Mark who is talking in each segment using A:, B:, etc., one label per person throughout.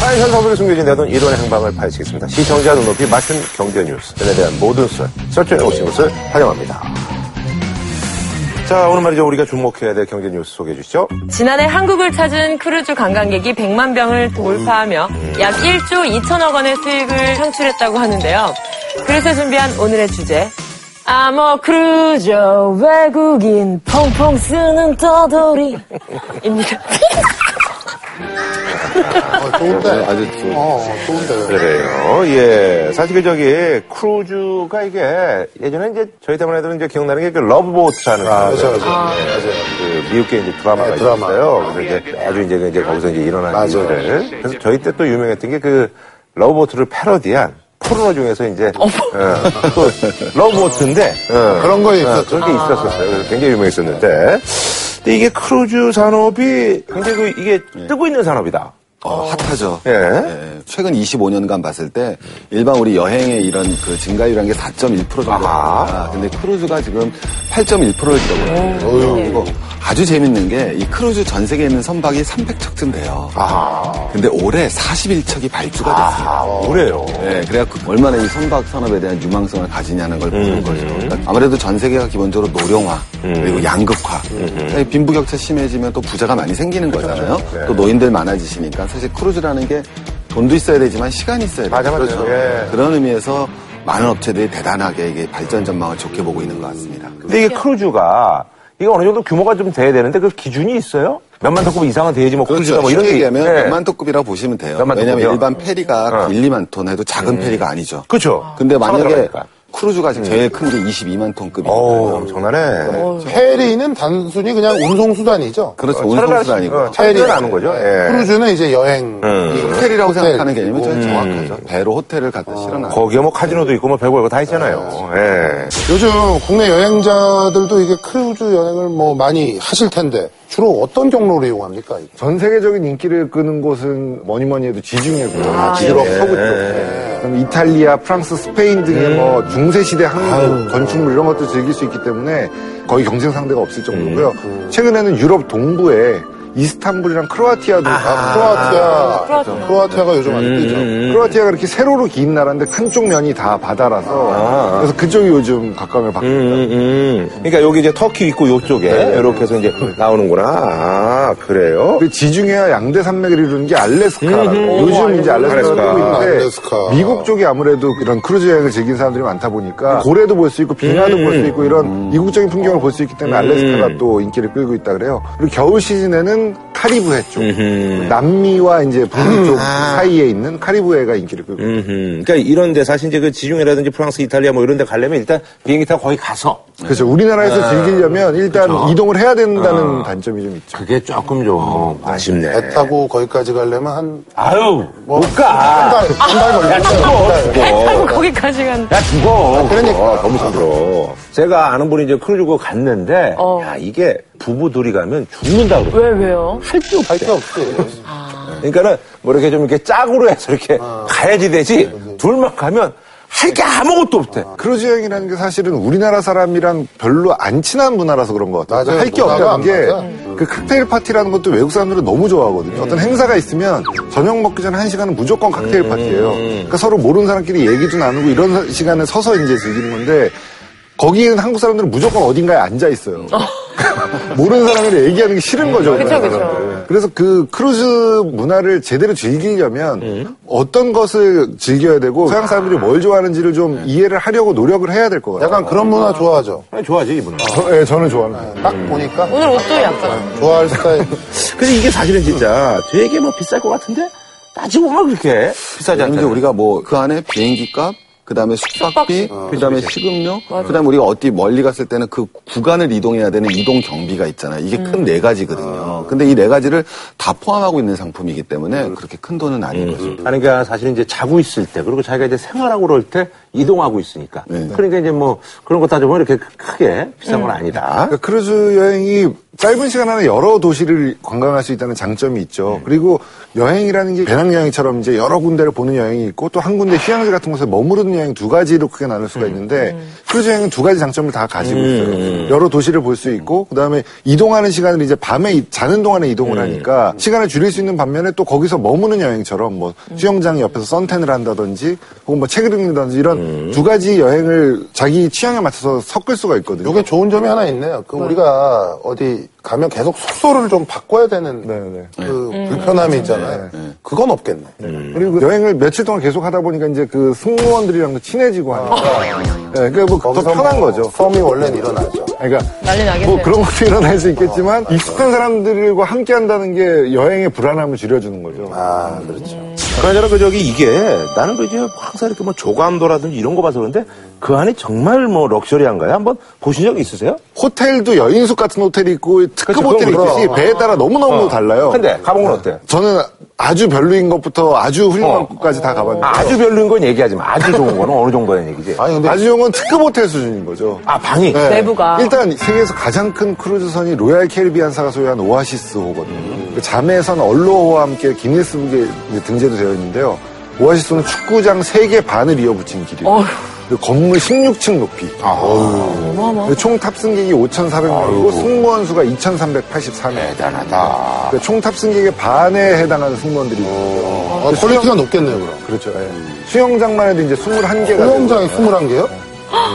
A: 사회선 서울에 숨겨진 내돈 이론의 행방을 파헤치겠습니다. 시청자 눈높이 맞춘 경제 뉴스에 대한 모든 썰, 설정해 오신 것을 환영합니다. 자, 오늘 말이죠. 우리가 주목해야 될 경제 뉴스 소개해 주시죠.
B: 지난해 한국을 찾은 크루즈 관광객이 100만 병을 돌파하며 약 1조 2천억 원의 수익을 창출했다고 하는데요. 그래서 준비한 오늘의 주제. 아머 뭐, 크루저 외국인 펑펑 쓰는 떠돌이입니다.
C: 아, 좋은데.
A: 아주 네. 좋-
C: 어, 좋은데.
A: 그래요. 예. 사실 그 저기 크루즈가 이게 예전에 이제 저희 때문에 들은 이제 기억나는 게그 러브보트라는
C: 아,
A: 거예요.
C: 맞아, 맞아. 맞아요.
A: 그 미국계 이제 드라마가
C: 네, 드라마.
A: 있어요. 그래서 이제 아주 이제, 이제 거기서 이제 일어난
C: 맞아요.
A: 일들을. 그래서 저희 때 또 유명했던 게 그 러브보트를 패러디한 포르노 중에서 이제 어, 또 러브보트인데 어,
C: 그런 거
A: 어,
C: 있었죠.
A: 그런 게 있었었어요. 그래서 굉장히 유명했었는데. 근데 이게 크루즈 산업이 굉장히 그 이게 뜨고 있는 산업이다.
D: 어, 핫하죠.
A: 예.
D: 예, 최근 25년간 봤을 때 일반 우리 여행의 이런 그 증가율이라는 게 4.1% 정도.
A: 아하.
D: 아, 근데 크루즈가 지금 8.1%를 기록을 하고 있고 아주 재밌는 게 이 크루즈 전 세계에 있는 선박이 300척쯤 돼요. 근데 올해 41척이 발주가 됐어요.
A: 아, 그래요.
D: 네, 그래갖고 얼마나 이 선박 산업에 대한 유망성을 가지냐는 걸
A: 음,
D: 보는 거죠. 그러니까 아무래도 전 세계가 기본적으로 노령화 그리고 양극화,
A: 음,
D: 사실 빈부격차 심해지면 또 부자가 많이 생기는
A: 그렇죠.
D: 거잖아요.
A: 네.
D: 또 노인들 많아지시니까 사실 크루즈라는 게 돈도 있어야 되지만 시간이 있어야 돼요. 그렇죠?
A: 맞아, 맞아. 예.
D: 그런 의미에서 많은 업체들이 대단하게 이게 발전 전망을 좋게 보고 있는 것 같습니다.
A: 근데 이게 크루즈가 이게 어느 정도 규모가 좀 돼야 되는데 그 기준이 있어요? 몇만 톤급 이상은 돼야지 뭐 크루즈다 뭐 이런 게
D: 그렇죠. 얘기하면
A: 예.
D: 몇만 톤급이라고 보시면 돼요.
A: 몇만
D: 왜냐하면
A: 톤급이요? 음.
D: 일반 페리가 1, 2만 톤 해도 작은 페리가 아니죠.
A: 그렇죠.
D: 근데 만약에
A: 들어가니까. 음.
D: 크루즈가 지금 제일 큰 게 22만 톤급이에요.
A: 어우 엄청나네.
C: 페리는 아, 단순히 그냥 운송수단이죠.
D: 그렇죠.
A: 차를
D: 온수수 아니고.
A: 어, 차에 나는 거죠. 예.
C: 크루즈는 이제 여행.
D: 네. 호텔이라고
C: 호텔.
D: 생각하는 개념이 좀 정확하죠. 배로 호텔을 갖다 실어놔.
A: 음. 거기에 뭐 카지노도 있고 뭐 별거 별거 다 있잖아요. 예.
C: 요즘 국내 여행자들도 이게 크루즈 여행을 뭐 많이 하실 텐데 주로 어떤 경로를 이용합니까?
E: 전 세계적인 인기를 끄는 곳은 뭐니 뭐니 해도 지중해고요. 유럽 서부 쪽. 그럼 이탈리아, 프랑스, 스페인 등의 뭐 중세시대 항구 건축물 이런 것도 즐길 수 있기 때문에 거의 경쟁 상대가 없을 정도고요. 최근에는 유럽 동부에 이스탄불이랑 크로아티아도 아, 음.
C: 크로아티아.
B: 크로아티아.
C: 크로아티아가 요즘 아주 뜨죠.
E: 크로아티아가 이렇게 세로로 긴 나라인데 한쪽 면이 다 바다라서 그래서 그쪽이 요즘 각광을 받고 있다.
A: 그러니까 여기 이제 터키 있고 요쪽에 이렇게 해서 이제 나오는구나. 아, 그래요?
E: 그 지중해와 양대 산맥을 이루는 게 알래스카라고. 요즘 이제
A: 알래스카.
E: 알래스카가 뜨고 있는데
C: 아, 알래스카.
E: 미국 쪽이 아무래도 이런 크루즈 여행을 즐긴 사람들이 많다
A: 음.
E: 보니까 고래도 볼 수 있고 빙하도 볼 수 있고 이런 이국적인 풍경을 볼 수 있기
A: 음.
E: 때문에 알래스카가 또 인기를 끌고 있다 그래요. 그리고 겨울 시즌에는 카리브해 쪽, 남미와 이제
C: 음.
E: 북미 쪽
C: 아.
E: 사이에 있는 카리브해가 인기를 끌고 있다.
A: 음흠. 그러니까 이런데 사실 이제 그 지중해라든지 프랑스, 이탈리아 뭐 이런데 가려면 일단 비행기 타고 거기 가서
E: 그렇죠. 우리나라에서
C: 아.
E: 즐기려면 일단 이동을 해야
A: 아.
E: 된다는 단점이 좀 있죠.
A: 그게 조금 좀 아쉽네.
C: 배 타고 거기까지 가려면 한
A: 아유 못 가. 뭐,
C: 한 달, 한달 걸리고. 어.
B: 아이고 거기까지 간.
A: 야 죽어. 그러니까 너무 힘들어. 제가 아는 분이 이제 크루즈 고 갔는데
B: 어.
A: 야 이게 부부 둘이 가면 죽는다고. 그러더라고요.
B: 왜 왜요?
A: 할게 없대.
C: 할게 없지.
A: 그러니까는 뭐 이렇게 좀 이렇게 짝으로 해서 이렇게 가야지 되지. 둘만 가면 할 게 네, 아무것도 없대.
E: 크루즈 여행이라는 게 사실은 우리나라 사람이랑 별로 안 친한 문화라서 그런 것 같아요.
C: 맞아요.
E: 할 게
C: 문화가
E: 없다는 게
C: 안
E: 그 칵테일 파티라는 것도 외국 사람들은 너무 좋아하거든요.
C: 음.
E: 어떤 행사가 있으면 저녁 먹기 전에 한 시간은 무조건 칵테일 파티예요. 그러니까 서로 모르는 사람끼리 얘기도 나누고 이런 사- 시간에 서서 이제 즐기는 건데 거기는 한국 사람들은 무조건 어딘가에 앉아 있어요. 모르는 사람을 얘기하는 게 싫은 거죠.
B: 그쵸,
E: 그런
B: 그쵸.
E: 사람들은. 그래서 그 크루즈 문화를 제대로 즐기려면
B: 음.
E: 어떤 것을 즐겨야 되고 서양 사람들이 뭘 좋아하는지를
B: 네.
E: 좀 이해를 하려고 노력을 해야 될 것 같아요.
C: 약간 그런 문화 좋아하죠. 네,
A: 좋아하지 이분은.
E: 저, 예, 저는 좋아합니다.
C: 딱 보니까
B: 오늘 옷도 약간
C: 좋아할 스타일.
A: 근데 이게 사실은 진짜 되게 뭐 비쌀 것 같은데 따지고 보면 그렇게 비싸지
D: 왜냐면 이제
A: 않잖아요.
D: 우리가 뭐 그 안에 비행기 값, 그 다음에 숙박비,
A: 어.
D: 그 다음에 식음료,
B: 맞아.
D: 그 다음에 우리가 어디 멀리 갔을 때는 그 구간을 이동해야 되는 이동 경비가 있잖아요. 이게 큰 네 가지거든요.
A: 어.
D: 근데 이 네 가지를 다 포함하고 있는 상품이기
A: 음.
D: 때문에 그렇게 큰 돈은 아닌 거죠.
A: 네. 아니, 그러니까 사실은 이제 자고 있을 때, 그리고 자기가 이제 생활하고 그럴 때, 이동하고 있으니까. 그러니까 이제 뭐 그런 거 따져보면 이렇게 크게 비싼 건 아니다.
E: 그러니까 크루즈 여행이 짧은 시간 안에 여러 도시를 관광할 수 있다는 장점이
A: 네.
E: 있죠. 그리고 여행이라는 게 배낭여행처럼 이제 여러 군데를 보는 여행이 있고 또 한 군데 휴양지 같은 곳에 머무르는 여행 두 가지로 크게 나눌
A: 음.
E: 수가 있는데 크루즈 여행은 두 가지 장점을 다 가지고 있어요. 여러 도시를 볼 수 있고 그다음에 이동하는 시간을 이제 밤에 이- 자는 동안에
A: 음.
E: 이동을 하니까 시간을 줄일 수 있는 반면에 또 거기서 머무는 여행처럼 뭐
A: 음.
E: 수영장 옆에서 선탠을 한다든지 혹은 뭐 책을 읽는다든지 이런
A: 음.
E: 두 가지 여행을 자기 취향에 맞춰서 섞을 수가 있거든요.
C: 요게 좋은 점이 하나 있네요. 그 우리가 어디 가면 계속 숙소를 좀 바꿔야 되는
E: 네네.
C: 그 불편함이 있잖아요. 그건 없겠네.
E: 그리고 여행을 며칠 동안 계속 하다 보니까 이제 그 승무원들이랑도 친해지고 하니까. 예, 그러니까 뭐 더
C: 거기서
E: 편한
C: 뭐
E: 거죠.
C: 썸이 원래는 일어나죠.
E: 그러니까
B: 난리 나겠네요.
E: 뭐 그런 것도 일어날 수 있겠지만 익숙한 사람들과 함께 한다는 게 여행의 불안함을 줄여주는 거죠.
C: 아, 그렇죠.
A: 그러니까 그 저기 이게 나는 그 이제 항상 이렇게 뭐 조감도라든지 이런 거 봐서 그런데 그 안에 정말 뭐 럭셔리한가요? 한번 보신 적 있으세요?
E: 호텔도 여인숙 같은 호텔이 있고 특급
A: 그건
E: 호텔이
A: 그럼.
E: 있듯이 배에 따라 너무너무 달라요.
A: 근데 가봉은 어때?
E: 저는 아주 별로인 것부터 아주 훌륭한
A: 어.
E: 곳까지 다 가봤는데
A: 아주 별로인 건 얘기하지 마. 아주 좋은 거는 어느 정도의 얘기지.
C: 아니, 근데
E: 아주 좋은 건 특급 호텔 수준인 거죠.
A: 아, 방이.
E: 네.
B: 내부가.
E: 일단 세계에서 가장 큰 크루즈선이 로얄 캐리비안사가 소유한 오아시스호거든요. 그 자매선 언로호와 함께 기네스북에 이제 등재도 되어 있는데요. 오아시스는 축구장 3개 반을 이어붙인 길이에요.
B: 어휴.
E: 그리고 건물 16층 높이.
B: 어마어마.
E: 그리고 총 탑승객이 5,400명이고 승무원 수가 2,384명.
A: 대단하다.
E: 그러니까 총 탑승객의 반에 해당하는 승무원들이 있고요. 그
C: 아, 퀄리티가 높겠네요, 그럼.
E: 그렇죠. 예. 수영장만 해도 이제 21개가 예.
C: 수영장이 21개요?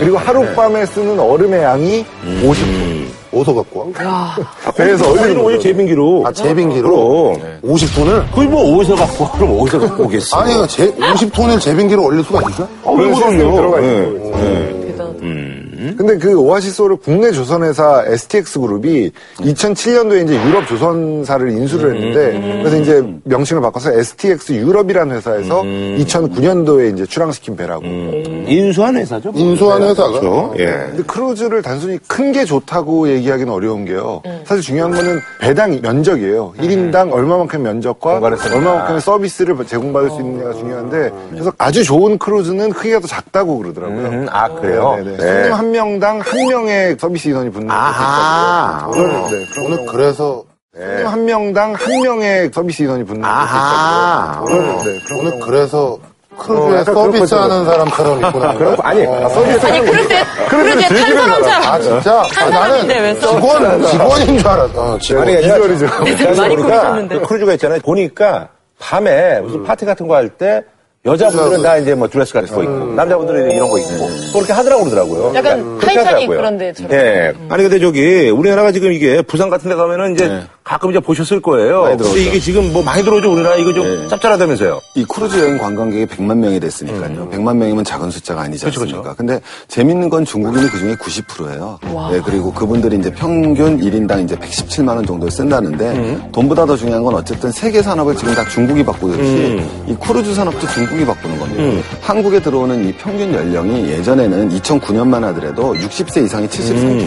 E: 그리고 하룻밤에 쓰는 얼음의 양이 50분.
C: 어디서 갖고 와?
E: 배에서 얼리는
A: 거지
E: 거죠.
A: 제빙기로.
C: 아, 제빙기로?
A: 그럼.
C: 50톤을?
A: 그걸 뭐 어디서 갖고 와? 그럼 어디서 갖고 오겠어?
C: 아니, 제 50톤을 제빙기로 올릴 수가 있어?
A: 아, 왜
E: 그런 시스템이 들어가 있는
A: 그러냐?
E: 거예요.
B: 대단하다.
A: 음.
E: 근데 그 오아시스호를 국내 조선회사 STX 그룹이
A: 음.
E: 2007년도에 이제 유럽 조선사를 인수를
A: 음.
E: 했는데 그래서 이제 명칭을 바꿔서 STX 유럽이라는 회사에서
A: 음.
E: 2009년도에 이제 출항시킨 배라고. 네.
A: 인수한 회사죠. 뭐.
C: 인수한 회사가?
A: 음. 그렇죠. 예.
E: 근데 크루즈를 단순히 큰 게 좋다고 얘기하기는 어려운 게요.
A: 음.
E: 사실 중요한 거는 배당 면적이에요. 1인당 얼마만큼 면적과
A: 공간을 어. 쓰는가.
E: 얼마만큼의 서비스를 제공받을 수 있느냐가 중요한데 그래서 아주 좋은 크루즈는 크기가 더 작다고 그러더라고요.
A: 음, 아, 그래요?
E: 네네.
A: 네.
E: 손님 한 명당 한 명의 서비스 인원이 붙는
A: 아하.
E: 것도 있거든요. 그런, 네, 그런
C: 오늘 그래서,
E: 손님 한 명당 한 명의 서비스 인원이 붙는
A: 아하.
E: 것도 있거든요. 네, 그런
C: 오늘 어, 그래서 크루즈에
E: 약간 그런
C: 서비스하는 사람처럼 있구나.
A: 그렇고, 아니, 서비스
B: 아니, 그런데, 그런데 탄
C: 아,
B: 사람처럼.
C: 진짜? 아, 나는
B: 사람인데 왜 써?
C: 직원, 직원인 줄 알았어.
A: 아니,
C: 직원.
A: 뭐, 비주얼이죠.
B: 네,
A: 보니까
B: 많이 꾸미셨는데. 음.
A: 크루즈가 그 있잖아요. 보니까 밤에 무슨 파티 같은 거 할 때 여자분들은 다 이제 뭐 드레스 같은 거 입고
D: 음.
A: 남자분들은 이런 거 입고 또 그렇게 하더라고 그러더라고요.
B: 약간
A: 그렇게
B: 타이타닉
A: 하더라고요.
B: 그런 데처럼. 음.
A: 예. 아니 근데 저기 우리나라가 지금 이게 부산 같은 데 가면은 이제 가끔 이제 보셨을 거예요.
D: 네. 많이
A: 근데
D: 들어오죠.
A: 이게 지금 뭐 많이 들어오죠. 우리나라 이거 좀
D: 예.
A: 짭짤하다면서요.
D: 이 크루즈 여행 관광객이 100만 명이 됐으니까요. 100만 명이면 작은 숫자가
A: 음.
D: 아니지
A: 그렇죠, 그쵸,
D: 않습니까? 근데 재밌는 건 중국인이 그중에 90%예요. 네, 그리고 그분들이 이제 평균 1인당 이제 117만 원 정도를 쓴다는데
A: 음.
D: 돈보다 더 중요한 건 어쨌든 세계 산업을 지금 다 중국이 바꾸듯이
A: 음.
D: 이 크루즈 산업도 중국이 바꾸는 겁니다. 한국에 들어오는 이 평균 연령이 예전에는 2009년만 하더라도 60세 이상이
A: 음.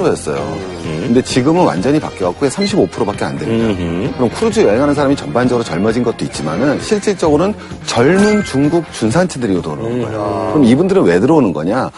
D: 73%였어요. 근데 지금은 완전히 바뀌었고 35%밖에 안 됩니다. 그럼 크루즈 여행하는 사람이 전반적으로 젊어진 것도 있지만은 실질적으로는 젊은 중국 준산치들이
A: 음.
D: 들어오는 거예요. 그럼 이분들은 왜 들어오는 거냐?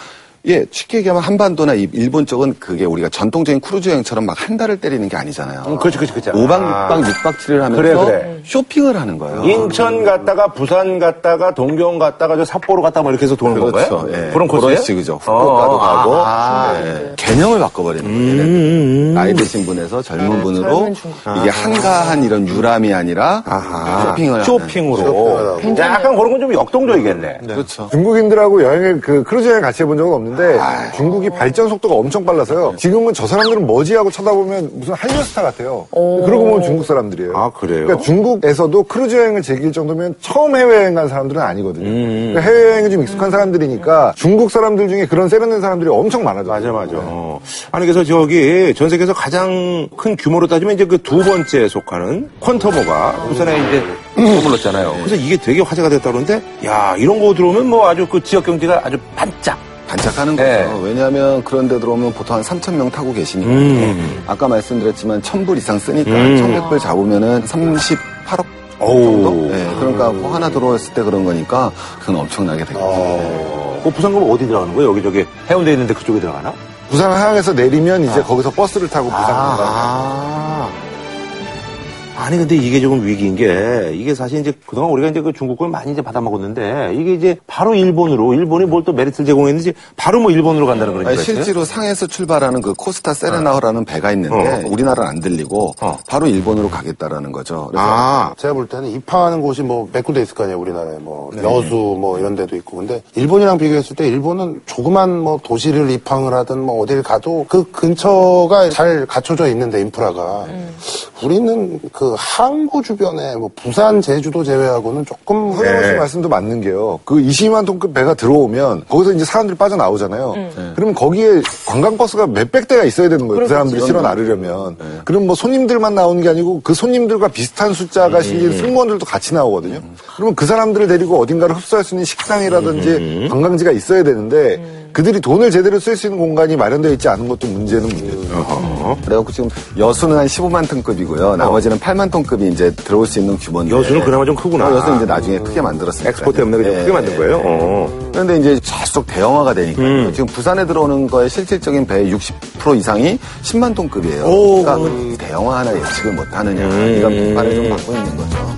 D: 예, 쉽게 얘기하면 한반도나 이 일본 쪽은 그게 우리가 전통적인 크루즈 여행처럼 막 한 달을 때리는 게 아니잖아요.
A: 음, 그렇지, 그렇지, 그렇지.
D: 5박
A: 아.
D: 6박 6박 7일 하면서
A: 그래, 그래.
D: 쇼핑을 하는 거예요.
A: 인천 갔다가 부산 갔다가 동경 갔다가 저 삿포로 갔다가 뭐 이렇게 해서 도는
D: 그렇죠.
A: 건가요?
D: 예.
A: 그런 코스예요?
D: 식이죠. 후쿠오카도
A: 어,
D: 가고
A: 아, 아. 음,
D: 예. 개념을 바꿔버리는 거예요. 얘네들은. 나이 드신 분에서 젊은 분으로
B: 아, 젊은 중국.
D: 이게 한가한 이런 유람이 아니라 쇼핑을 하는.
A: 네. 쇼핑으로. 네. 약간 그런 건 좀 역동적이겠네.
D: 그렇죠.
E: 중국인들하고 여행을 그 크루즈 여행 같이 해본 적은 없는데
A: 아.
E: 중국이 발전 속도가 엄청 빨라서요. 지금은 저 사람들은 뭐지 하고 쳐다보면 무슨 한류 스타 같아요. 그러고 보면 중국 사람들이에요.
A: 아, 그래요?
E: 그러니까 중국에서도 크루즈 여행을 즐길 정도면 처음 해외 여행 간 사람들은 아니거든요.
A: 음.
E: 그러니까 해외 여행이 좀 익숙한 사람들이니까 중국 사람들 중에 그런 세련된 사람들이 엄청 많아져요.
A: 맞아, 맞아. 어. 아니, 그래서 저기 전 세계에서 가장 큰 규모로 따지면 이제 그 두 번째 속하는 퀀터모가 부산에 이제 머물렀잖아요. 그래서 이게 되게 화제가 됐다 그러는데, 야, 이런 거 들어오면 뭐 아주 그 지역 경제가 아주 반짝.
D: 반짝하는 거죠.
A: 예.
D: 왜냐하면 그런 데 들어오면 보통 한 3천 명 타고 계시니까
A: 음.
D: 아까 말씀드렸지만 1,000불 이상 쓰니까
A: 음.
D: 1,100불 잡으면은 38억
A: 어우. 네.
D: 정도? 예, 그러니까 뭐 하나 들어왔을 때 그런 거니까 그건 엄청나게 되거든요.
A: 어. 그 부산가면 어디 들어가는 거예요? 여기저기 해운대 있는데 그쪽에 들어가나?
E: 부산 항에서 내리면 이제 거기서 버스를 타고 부산 간다.
A: 아. 아니 근데 이게 조금 위기인 게 이게 사실 이제 그동안 우리가 이제 그 중국 걸 많이 이제 받아 먹었는데 이게 이제 바로 일본으로 일본이 뭘 또 메리트를 제공했는지 바로 뭐 일본으로 간다는 그런
D: 아니,
A: 얘기가 있어요?
D: 실제로 상해에서 출발하는 그 코스타 세레나허라는 배가 있는데
A: 어.
D: 우리나라는 안 들리고
A: 어.
D: 바로 일본으로 가겠다라는 거죠. 그래서
A: 아
C: 제가 볼 때는 입항하는 곳이 뭐 몇 군데 있을 거 아니에요, 우리나라에. 뭐,
B: 네.
C: 여수 뭐 이런 데도 있고. 근데 일본이랑 비교했을 때 일본은 조그만 뭐 도시를 입항을 하든 뭐 어딜 가도 그 근처가 잘 갖춰져 있는데, 인프라가.
B: 음.
C: 우리는 그 항구 주변에 뭐 부산, 제주도 제외하고는 조금
E: 황영호 씨
C: 네.
E: 말씀도 맞는 게요. 그 22만 톤급 배가 들어오면 거기서 이제 사람들이 빠져나오잖아요.
D: 네.
E: 그러면 거기에 관광버스가 몇백 대가 있어야 되는 거예요. 그 사람들이 실어 나르려면.
D: 네.
E: 그럼 뭐 손님들만 나오는 게 아니고 그 손님들과 비슷한 숫자가
D: 예.
E: 실린 승무원들도 같이 나오거든요.
D: 음.
E: 그러면 그 사람들을 데리고 어딘가를 흡수할 수 있는 식당이라든지
D: 음.
E: 관광지가 있어야 되는데 그들이 돈을 제대로 쓸 수 있는 공간이 마련되어 있지 않은 것도 문제는 문제죠.
D: 그래갖고 지금 여수는 한 15만 톤급이고요. 나머지는 8만 톤급이 이제 들어올 수 있는 규모인데.
A: 어. 여수는 그나마 좀 크구나.
D: 어, 여수는 이제 나중에 크게 만들었어요.
A: 엑스포 때문에
D: 네.
A: 그냥 크게 만든 거예요? 어.
D: 그런데 이제 계속 대형화가 되니까 요 지금 부산에 들어오는 거의 실질적인 배의 60% 이상이 10만 톤급이에요. 그러니까 대형화 하나 예측을 못 하느냐
E: 음.
D: 이런 비판을 좀 받고 있는 거죠.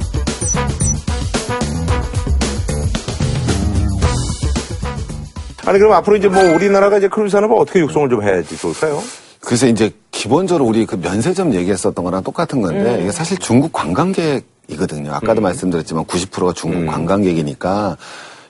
A: 아니 그럼 앞으로 이제 뭐 우리나라가 이제 크루즈 산업을 어떻게 육성을 좀 해야지 좋을까요?
D: 그래서 이제 기본적으로 우리 그 면세점 얘기했었던 거랑 똑같은 건데 이게 사실 중국 관광객이거든요. 아까도 말씀드렸지만 90%가 중국 관광객이니까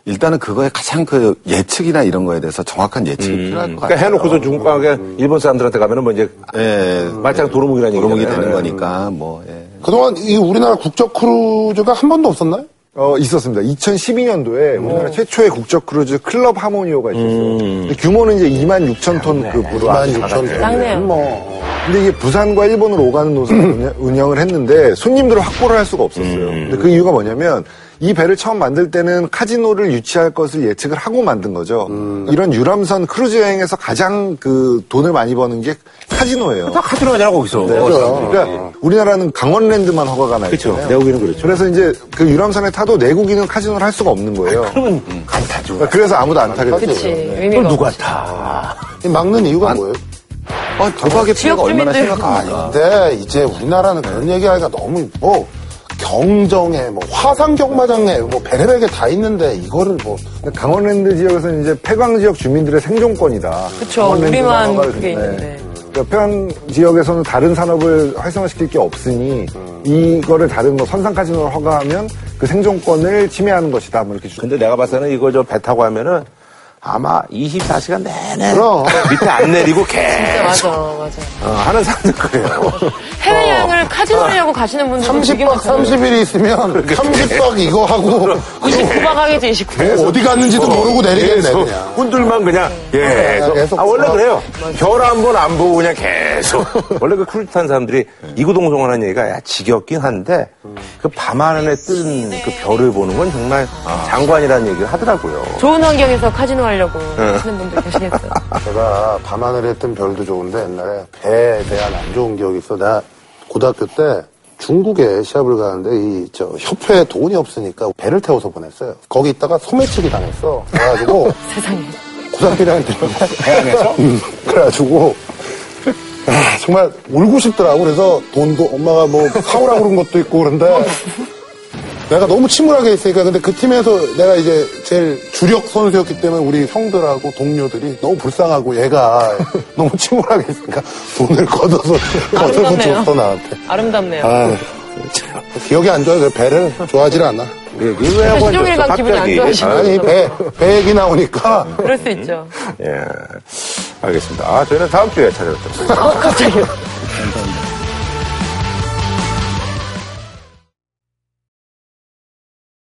D: 일단은 그거에 가장 그 예측이나 이런 거에 대해서 정확한 예측이 필요할 것 같아요.
A: 그러니까 해놓고서 중국 가게 일본 사람들한테 가면은 뭐 이제
D: 예,
A: 말짱 도루묵이라는 얘기잖아요.
D: 도루묵이 되는 거니까 뭐. 예.
C: 그동안 이 우리나라 국적 크루즈가 한 번도 없었나요?
E: 어, 있었습니다. 2012년도에 우리나라 최초의 국적 크루즈 클럽 하모니오가 있었어요. 근데 규모는 이제 2만 6천 톤급으로 그
C: 16,000.
B: 작네요.
C: 뭐.
E: 근데 이게 부산과 일본으로 오가는 노선을 운영- 운영을 했는데 손님들을 확보를 할 수가 없었어요. 근데 그 이유가 뭐냐면 이 배를 처음 만들 때는 카지노를 유치할 것을 예측을 하고 만든 거죠. 이런 유람선 크루즈 여행에서 가장 그 돈을 많이 버는 게 카지노예요.
A: 다 카드로 하잖아 거기서.
D: 네.
E: 그러니까 우리나라는 강원랜드만 허가가 나
A: 어, 그렇죠.
E: 있잖아요.
D: 네.
A: 내국인은 그렇죠.
E: 네, 그래서 이제 그 유람선에 타도 내국인은 카지노를 할 수가 없는 거예요.
A: 그러면
C: 음.
A: 안 타죠.
E: 그러니까 아, 그래서 아무도 안 타게 됐어요.
B: 그치. 의미가
A: 누가 타?
C: 이 막는 이유가 뭐예요?
D: 아, 도박의 피해가 얼마나
B: 어, 주민들.
D: 심각합니까?
C: 근데 이제 우리나라는 그런 얘기하기가 너무 뭐 경정에 뭐 화상 경마장에 뭐 베레베게 다 있는데 이거를 뭐
E: 근데 강원랜드 지역에서는 이제 폐광 지역 주민들의 생존권이다.
B: 그쵸,
E: 강원랜드가
B: 우리만
E: 허가를
B: 그게
E: 줬네.
B: 있는데.
E: 그러니까 폐광 지역에서는 다른 산업을 활성화시킬 게 없으니
C: 음.
E: 이거를 다른 뭐 선상 카지노를 허가하면 그 생존권을 침해하는 것이다. 뭐 이렇게 주-
A: 근데 내가 봤을 때는 이거 저 배 타고 하면은 아마 24시간 내내
C: 그럼.
A: 밑에 안 내리고 계속
B: 맞아, 맞아.
A: 어, 하는 사람들 그래요.
C: 어.
B: 해외여행을 카지노라고 가시는 분들도 되게
C: 30박
B: 많아요.
C: 30일이 있으면 30박 이거 하고
B: 29박 하겠지, 29박.
C: 뭐 어디 갔는지도 모르고 내리겠네
A: 계속
C: 그냥.
A: 혼들만 그냥 계속.
C: 계속
A: 아 원래
C: 돌아-
A: 그래요. 별 한 번 안 보고 그냥 계속. 원래 그 크루즈 탄 사람들이 이구동성을 하는 얘기가 야 지겹긴 한데 그 밤하늘에 뜬 그 별을 보는 건 정말 장관이라는 얘기를 하더라고요.
B: 좋은 환경에서 카지노 하려고 하시는 분들 계시겠어요.
C: 제가 밤하늘에 뜬 별도 좋은데 옛날에 배에 대한 안 좋은 기억이 있어. 나 고등학교 때 중국에 시합을 가는데 이 저 협회에 돈이 없으니까 배를 태워서 보냈어요. 거기 있다가 소매치기 당했어. 그래가지고
B: 세상에.
C: 고삼이랑 들어가 배안에서
B: 음.
C: 그래가지고 아, 정말 울고 싶더라고 그래서 돈도 엄마가 뭐 사오라고 그런 것도 있고 그런데 내가 너무 침울하게 있으니까 근데 그 팀에서 내가 이제 제일 주력 선수였기 때문에 우리 형들하고 동료들이 너무 불쌍하고 얘가 너무 침울하게 있으니까 돈을 걷어서 걷어서
B: 아름답네요.
C: 줬어 나한테
B: 아름답네요.
C: 아 기억이 안 좋아요 배를 좋아하질 않아
A: 예, 그왜 하고
B: 시종일
A: 앉았어,
B: 간 기분이 안
A: 갑자기.
B: 좋아지네.
A: 아,
C: 아니 배, 배 얘기 나오니까
B: 그럴 수 있죠.
A: 아, 예. 알겠습니다. 아, 저희는 다음 주에 찾아뵙도록 하겠습니다.
B: 어, 갑자기요.